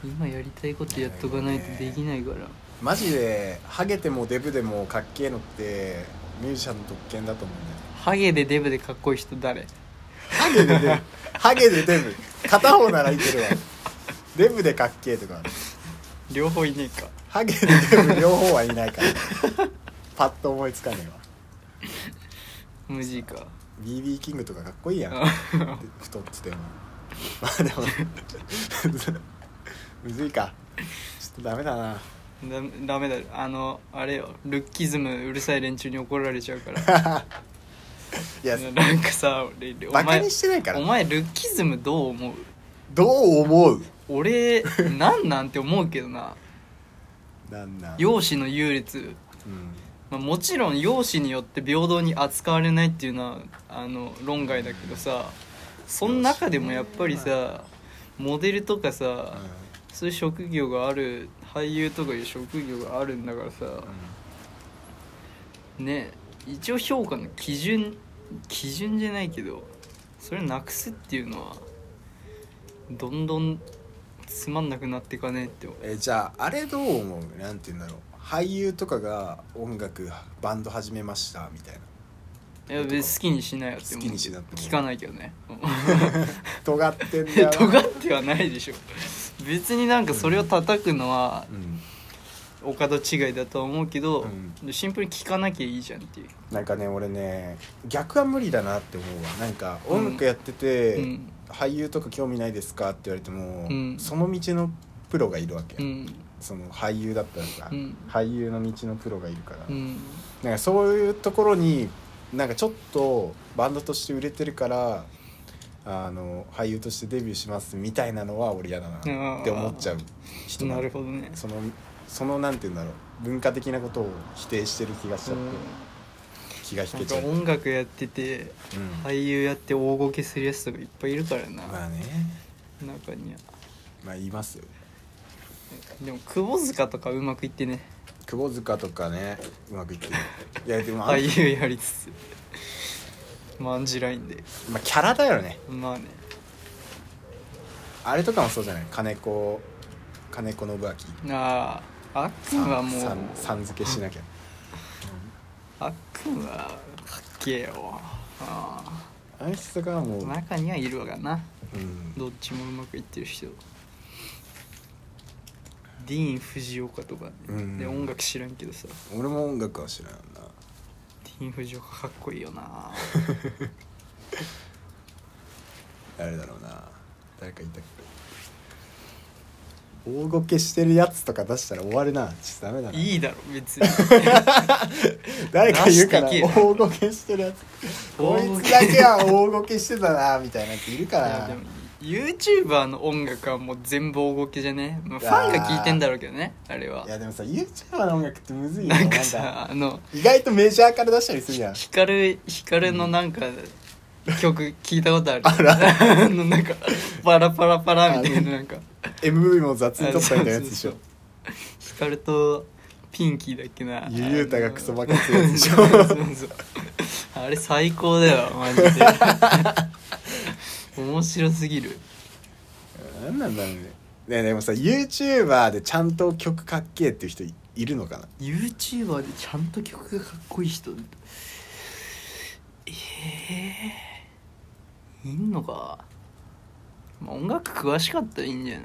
今やりたいことやっとかないとできないからマジでハゲてもデブでもかっけえのってミュージシャンの特権だと思うんだよねハゲでデブでかっこいい人誰ハゲでデブハゲでデブ片方ならいけるわデブでかっけえとか両方いねえかハゲでデブ両方はいないからパッと思いつかねえわ無地か BB キングとかかっこいいやんあ太っててもまあでも むずいかちょっとダメだなダメダメだあのあれよルッキズムうるさい連中に怒られちゃうからいやなんかさ俺おバカ前にしてないからお前ルッキズムどう思うどう思う俺なんなんて思うけどななんなん容姿の優劣、うんまあ、もちろん容姿によって平等に扱われないっていうのはあの論外だけどさその中でもやっぱりさモデルとかさ、うそういう職業がある俳優とかいう職業があるんだからさんね一応評価の基準基準じゃないけどそれなくすっていうのはどんどんつまんなくなっていかねえってえーじゃああれどう思うなんて言うんだろう俳優とかが音楽バンド始めましたみたいないや別に好きにしないよって好きにしなっても聞かないけど ね尖ってんだよな 尖ってはないでしょ別になんかそれを叩くのはうんお門違いだとは思うけど、うシンプルに聞かなきゃいいじゃんっていう、なんかね俺ね逆は無理だなって思うわなんか音楽やってて、うん俳優とか興味ないですかって言われても、うんその道のプロがいるわけ、うんその俳優だったらさ、うん俳優の道のプロがいるから、うんなんかそういうところになんかちょっとバンドとして売れてるからあの俳優としてデビューしますみたいなのは俺嫌だなって思っちゃう人なるほどねそのそのなんて言うんだろう文化的なことを否定してる気がしちゃって、う気が引んなけんかちゃう、うん音楽やってて俳優やって大ごけするやつとかいっぱいいるからな、まあね中にはまあ言いますよでも窪塚とかうまくいってね窪塚とかねうまくいってるいやでも、あの俳優やりつ つまんじらいんでまあ、キャラだよねまあねあれとかもそうじゃない金子金子信明あああっくさんんはもうさんさん付けしなきゃあっくんはかっけえよああの人がもう、あ中にはいるわがなうん、どっちもうまくいってる人ディーン・フジオカとかね、うんで音楽知らんけどさ俺も音楽は知らんよなディーン・フジオカかっこいいよな誰だろうな誰かいたっけ大ごけしてるやつとか出したら終わるなちょっとダメだないいだろ別に誰か言うから出していけ大ごけしてるやつこいつだけは大ごけしてたなみたいなやついるかいやらでも YouTuber の音楽はもう全部大ごけじゃね、まあ、ファンが聞いてんだろうけどねあれはいやでもさ YouTuber の音楽ってむずいよななんんかかさあの意外とメジャーから出したりするやんヒカルヒカルのなんか曲聞いたことあるあのなんかパラパラパラみたいななんか MV も雑に撮ったみたいなやつでしあょそうそうそうヒカルとピンキーだっけなゆゆうたがクソバカっってやつでしょあれ最高だよマジ で面白すぎるなんなんだろうねねでもさ YouTuber でちゃんと曲かっけえっていう人いいるのかな YouTuber でちゃんと曲がかっこいい人ええいんのか、まあ、音楽詳しかったらいいんじゃない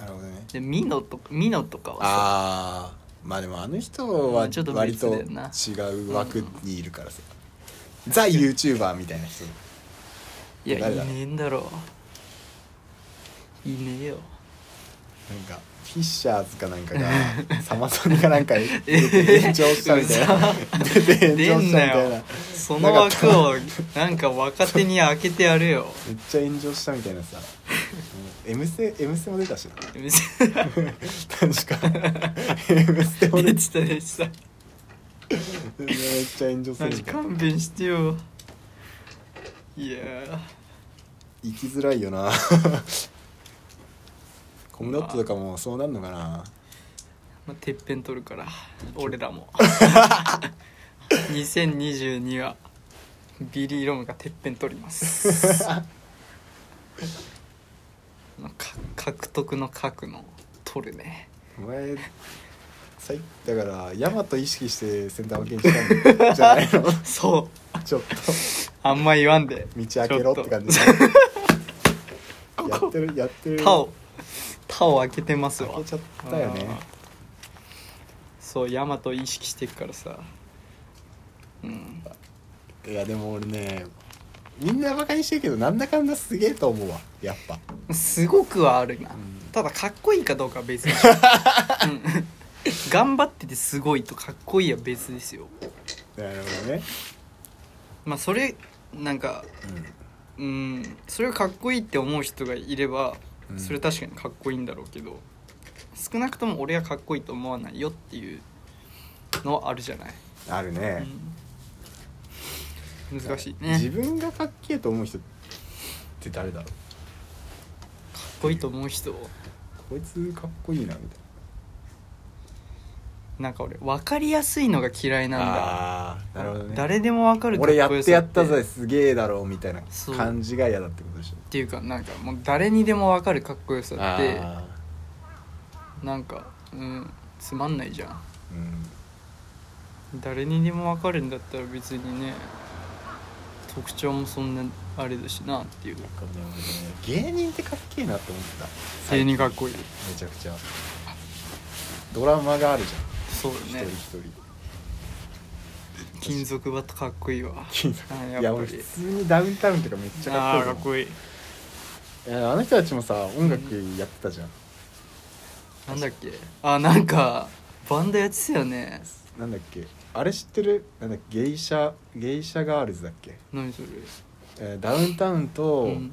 なるほどねでミノとかミノとかはさああまあでもあの人まあはちょっと割別とだ違よなう枠にいるからさ、ザ・ YouTuber みたいな人いやい誰だねえんだろういねえよなんかフィッシャーズかなんか がサマソニかなんかに出えて炎上したみたいな出て炎上出しんたみなたいなよその枠をなんか若手に開けてやれよめっちゃ炎上したみたいなさ 「M ステ」M ステも出たしな別 確か M ステも出に出たてた出てためっちゃ炎上すマるジみたいな勘弁してよいやー生きづらいよなコムドットとかもそうなんのかなまあ、てっぺん取るから俺ら も2022は ビリー・ロムがてっぺん取りますのか獲得の核の取るねお前さいだからヤマト意識してセンター分けにしたんじゃな いのそうちょっとあんま言わんで道開けろって感じやってるやってるタオタオ開けてますわ開けちゃったよねあーそうヤマト意識してるからさうんいやでも俺ねみんなバカにしてるけどなんだかんだすげえと思うわやっぱすごくはあるな、んただかっこいいかどうかは別 でしょ、うん、頑張っててすごいとかっこいいは別ですよなるほどねまあそれなんかうんそれをかっこいいって思う人がいればうんそれ確かにかっこいいんだろうけど、少なくとも俺はかっこいいと思わないよっていうのはあるじゃない、あるね、うん難しいね自分がかっけえと思う人って誰だろうかっこいいと思う人こいつかっこいいなみたいなんか俺分かりやすいのが嫌いななんだあーなるほどね誰でも分かる俺やかこっよてさやったぜすげえだろうみたいなそう感じが嫌だってことでしょっていうかなんかもう誰にでも分かるかっこよさってあなんかうんつまんないじゃんーうん誰にでも分かるんだったら別にね特徴もそんなあれだしなっていうなんかね俺ね芸人ってかっけえなって思ってた芸人かっこいいめちゃくちゃドラマがあるじそうゃん、ね一人一人金属バットかっこいいわ金属あいややっぱ俺り普通にダウンタウンとかめっちゃかあっあかっこいいもんこいいいやあの人たちもさ音楽やってたじゃん、なんだっけあなんかバンドやってたよねなんだっけあれ知ってるなんだっけゲイシャゲイシャガールズだっけ、何それえーダウンタウンうとん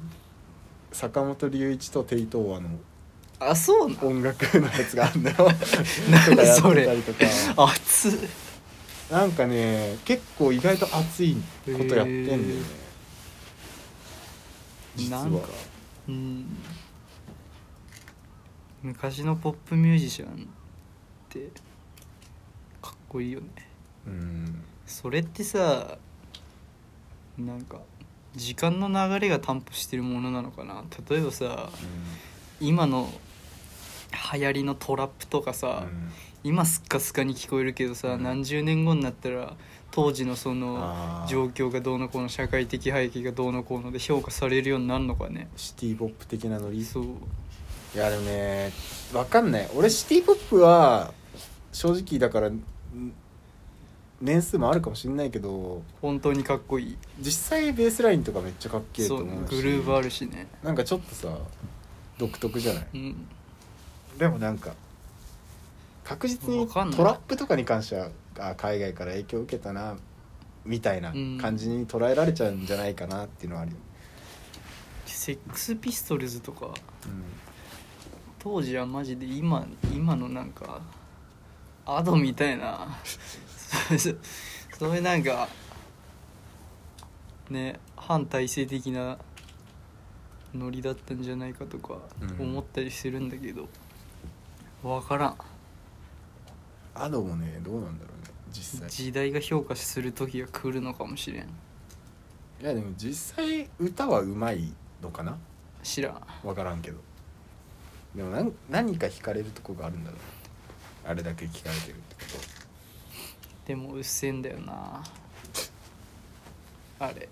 坂本龍一とテイトーアのあそうな音楽のやつがあるんだよとか 何やっそてれたりとか 熱っなんかね結構意外と熱いことやってんだよねへー実はなんかうん昔のポップミュージシャンってかっこいいよねうんそれってさなんか時間の流れが担保してるものなのかな例えばさ今の流行りのトラップとかうんさ、うん今スッカスカに聞こえるけどさ、うん何十年後になったら当時のそのあー状況がどうのこうの社会的背景がどうのこうので評価されるようになるのかねシティ・ポップ的なノリそういやでもねわかんない俺シティ・ポップは正直だからん年数もあるかもしんないけど本当にかっこいい実際ベースラインとかめっちゃかっけえとそう思ねうしグルーヴあるしねなんかちょっとさ独特じゃないうんでもなんか確実にわかんないトラップとかに関してはあ海外から影響を受けたなみたいなうん感じに捉えられちゃうんじゃないかなっていうのはあるよ、セックスピストルズとかうん当時はマジで今今のなんかアドみたいな そうそういうなんかね反体制的なノリだったんじゃないかとかうん思ったりするんだけど、わからんアドもねどうなんだろうね実際時代が評価する時が来るのかもしれんいやでも実際歌はうまいのかな知らん分からんけどでも何何か惹かれるとこがあるんだろうあれだけ聞かれてるってこでもうっせえんだよなあれ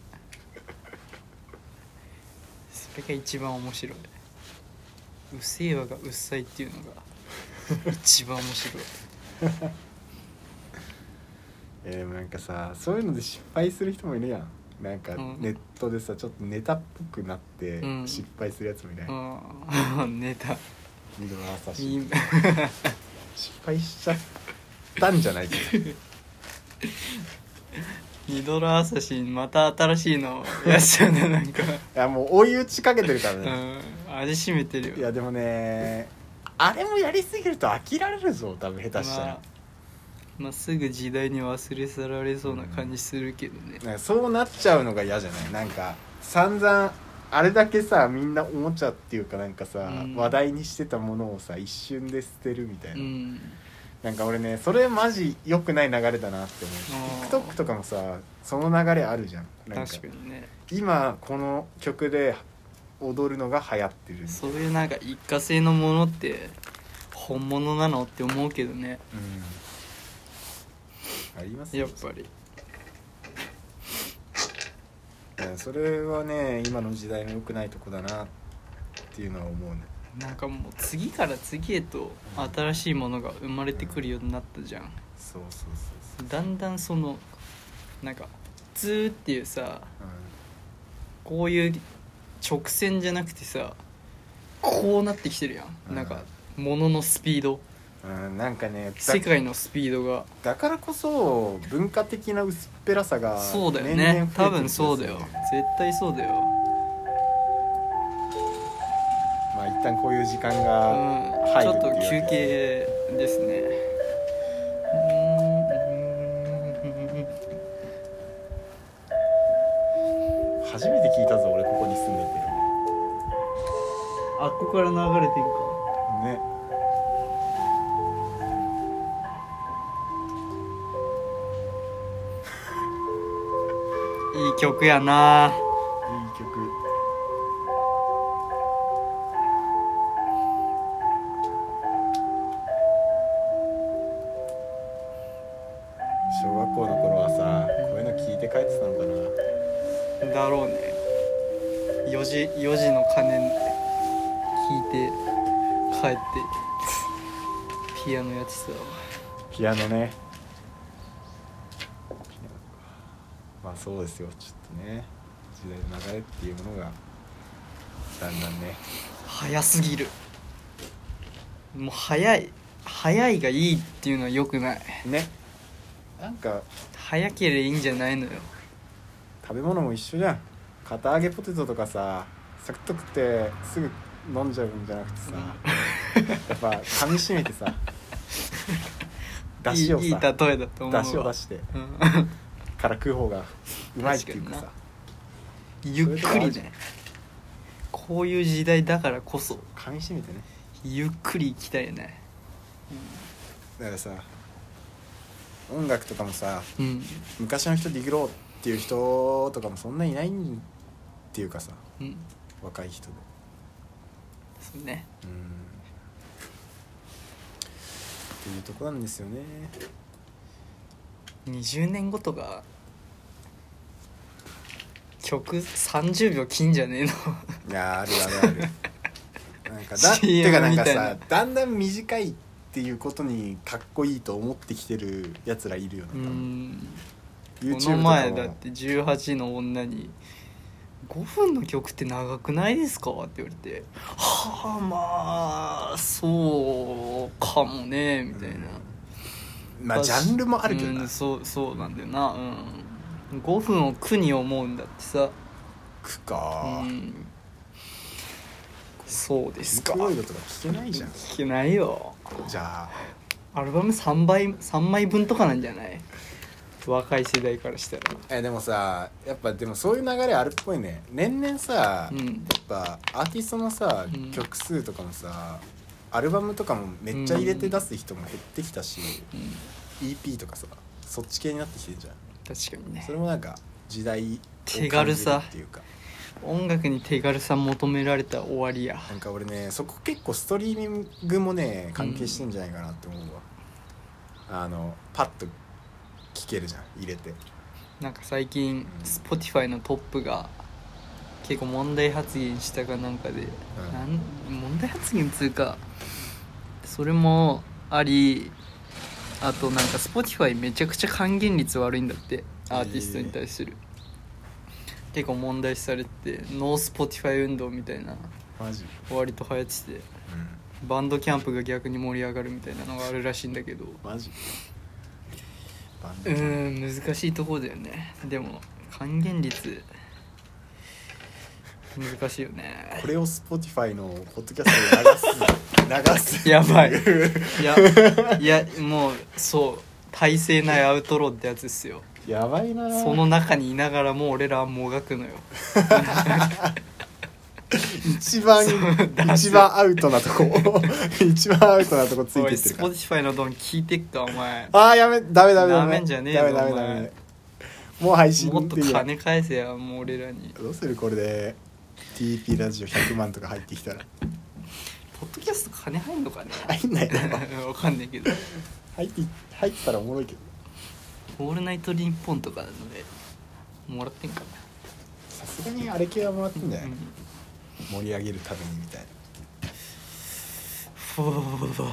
それが一番面白いうっせえわがうっさいっていうのが一番面白いとえー、でもなんかさそういうので失敗する人もいるやんなんかうんネットでさちょっとネタっぽくなってうん失敗するやつもいない、うん ネタミドルアサシみンん失敗しちゃったんじゃないか ミドルアサシンまた新しいのやっちゃうねなんか、いやもう追い打ちかけてるからうね、ん、味しめてるよいやでもねあれもやりすぎると飽きられるぞ多分下手したら、まあまあ、すぐ時代に忘れ去られそうな感じするけどね、なんかそうなっちゃうのが嫌じゃないなんか散々あれだけさみんなおもちゃっていうかなんかさ、うん話題にしてたものをさ一瞬で捨てるみたいうな、んなんか俺ねそれマジ良くない流れだなって思うあー TikTok とかもさその流れあるじゃんなんか確かにね今この曲で踊るのが流行ってるみたいなそういうなんか一過性のものって本物なのって思うけどねありますやっよぱりうんそれはね今の時代の良くないとこだなっていうのは思うねなんかもう次から次へと新しいものが生まれてくるようになったじゃんそうそうそうだんだんそのなんか「ズー」っていうさそう、こういう直線じゃなくてさこうなってきてるやうんんなんかもののスピードうんうん、なんかねだ世界のスピードがだからこそ文化的な薄っぺらさがそうだよ年々増えてねきて多る分そうだよ絶対そうだよまあ一旦こういう時間うんが入るちょっとっていう休わけ憩ですね初めて聞いたぞ俺ここに住んでてあっこから流れていくかねいい曲やないい曲小学校の頃はさこういうの聞いて帰ってたのかなだろうね4時4時の鐘聞いて帰ってピアノやってたわピアノねまあそうですよちょっとね時代の流れっていうものがだんだんね早すぎるもう早い早いがいいっていうのは良くないねなんか早ければいいんじゃないのよ食べ物も一緒じゃん片揚げポテトとかさサクッと食ってすぐ飲んじゃうんじゃなくてさ、やっぱ噛みしめてさだしをいいいいさ例えだと思うわだしを出してうんから食う方がうまいっていうかさ確ゆっくりねこういう時代だからこそ噛みしめてねゆっくり行きたいよねだからさ音楽とかもさうん昔の人ディグローっていう人とかもそんなにいないんっていうかさうん若い人でそうねうんっていうとこなんですよね20年後とか曲30秒切んじゃねえのいやーあるあるあるなん かだ CM てかなんかみたさいなだんだん短いっていうことにかっこいいと思ってきてるやつらいるよねう多分ん YouTube この前だとっかもて18の女に「5分の曲って長くないですか?」って言われて「はあまあそうかもね」みたいな、まあジャンルもあるけどな、うんそうそうなんだよなうん5分を苦に思うんだってさくうか、んそうですかクロイドとか聞けないじゃん聞けないよじゃあアルバム3倍3枚分とかなんじゃない若い世代からしたらえでもさやっぱでもそういう流れあるっぽいね年々さ、うやっんぱアーティストのさ、うん曲数とかもさアルバムとかもめっちゃ入れて出す人も減ってきたし、うん EP とかさそっち系になってきてるじゃん確かにねそれもなんか時代を手軽さ感じるっていうか音楽に手軽さ求められたら終わりやなんか俺ねそこ結構ストリーミングもね関係してんじゃないかなって思うわ、あのパッと聴けるじゃん入れてなんか最近 Spotify のトップが結構問題発言したかなんかで、うんなん問題発言つうかそれもありあとなんか Spotify めちゃくちゃ還元率悪いんだってアーティストに対する、結構問題視されててノー Spotify 運動みたいなマジ、割と流行っててうバンドキャンプが逆に盛り上がるみたいなのがあるらしいんだけどん、マジバンうドキャンプーん難しいところだよねでも還元率難しいよねこれを Spotify のポッドキャストで流す流すやばいってういやいやもうそう体制ないアウトローってやつですよやばいなその中にいながらもう俺らはもがくのよ一番そう一番アウトなとこ 一番アウトなとこついおいてってるから Spotify のドン聞いてっかお前あーやめダメダメダダメメんじゃねえよダメダメおダ前メもう配信もっとできない金返せやもう俺らにどうするこれで TP ラジオ100万とか入ってきたらポッドキャスト金入んのかね 入んないだろわかんないけど入って入ってたらおもろいけど「オールナイトリンポン」とかなのでもらってんかさすがにあれ系はもらってんじゃな、なうい、ん、盛り上げるためにみたいなふぅ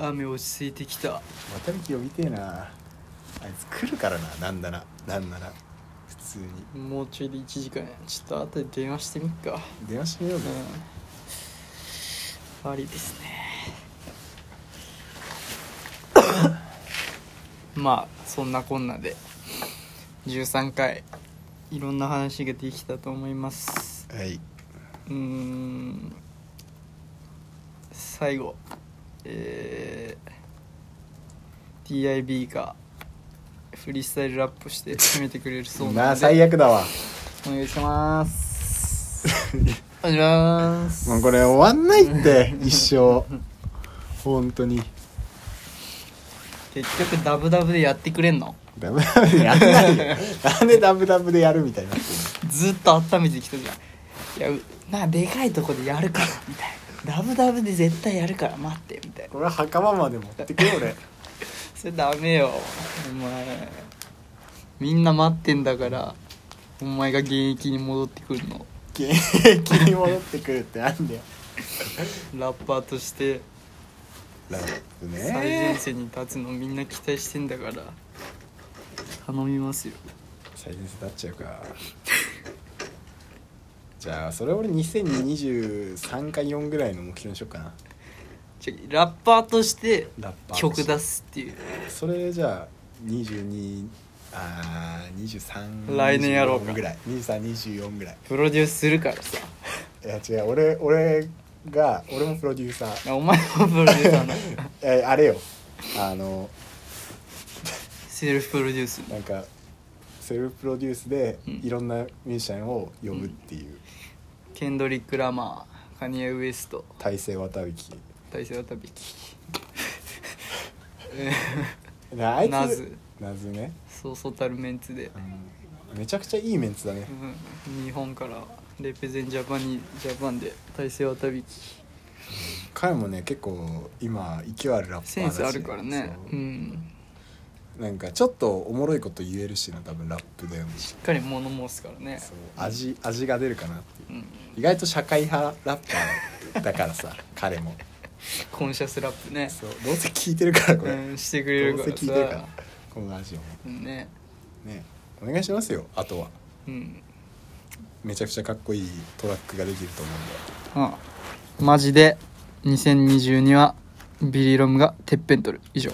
雨落ち着いてきた渡りき呼びてえなあいつ来るからななんならなんなら普通にもうちょいで1時間やちょっと後で電話してみっか電話してみよううぜ、んありですね まあそんなこんなで13回いろんな話ができたと思いますはいうーん最後えー、DIB がフリースタイルラップして締めてくれるそうまなあので最悪だわお願いしますお願いします もうこれ終わんないって一生本当に結局ダブダブでやってくれんのダブダブでやんないよなんでダブダブでやるみたいになってずっと温めてきたじゃんいやうまあでかいとこでやるからみたいなダブダブで絶対やるから待ってみたいなこれは袴まで持ってくよ 俺それダメよお前みんな待ってんだからお前が現役に戻ってくるの現役に戻ってくるってなんだよラッパーとしてラップ最前線に立つのみんな期待してんだから頼みますよ最前線立っちゃうか じゃあそれ俺2023か4ぐらいの目標にしようかなじゃラッパーとしてラッパーとして曲出すっていうそれじゃあ22あー23来年やろうか24ぐらい2324ぐらいプロデュースするからさいや違う俺俺が俺もプロデューサーお前もプロデューサー なえあれよあのセルフプロデュースなんかセルフプロデュースでうんいろんなミュージシャンを呼ぶっていうケンドリック・ラマーカニエ・ウエスト体制渡りき大勢渡引きで あいつナズナズね、そうそうたるメンツでうんめちゃくちゃいいメンツだねうん日本からレペゼンジャパニジャパンで大勢渡引き彼もね結構今勢いあるラッパーだしセンスあるからねうそうんなんかちょっとおもろいこと言えるしな多分ラップでもしっかり物申すからねそう味味が出るかなっていううん意外と社会派ラッパーだか らさ彼もコンシャスラップねそうどうせ聞いてるからこれ、うんしてくれるどかうせら聞いてるからさこのラジオもうんねねお願いしますよあとはうんめちゃくちゃかっこいいトラックができると思うんであマジで2022はビリーロムがてっぺん取る以上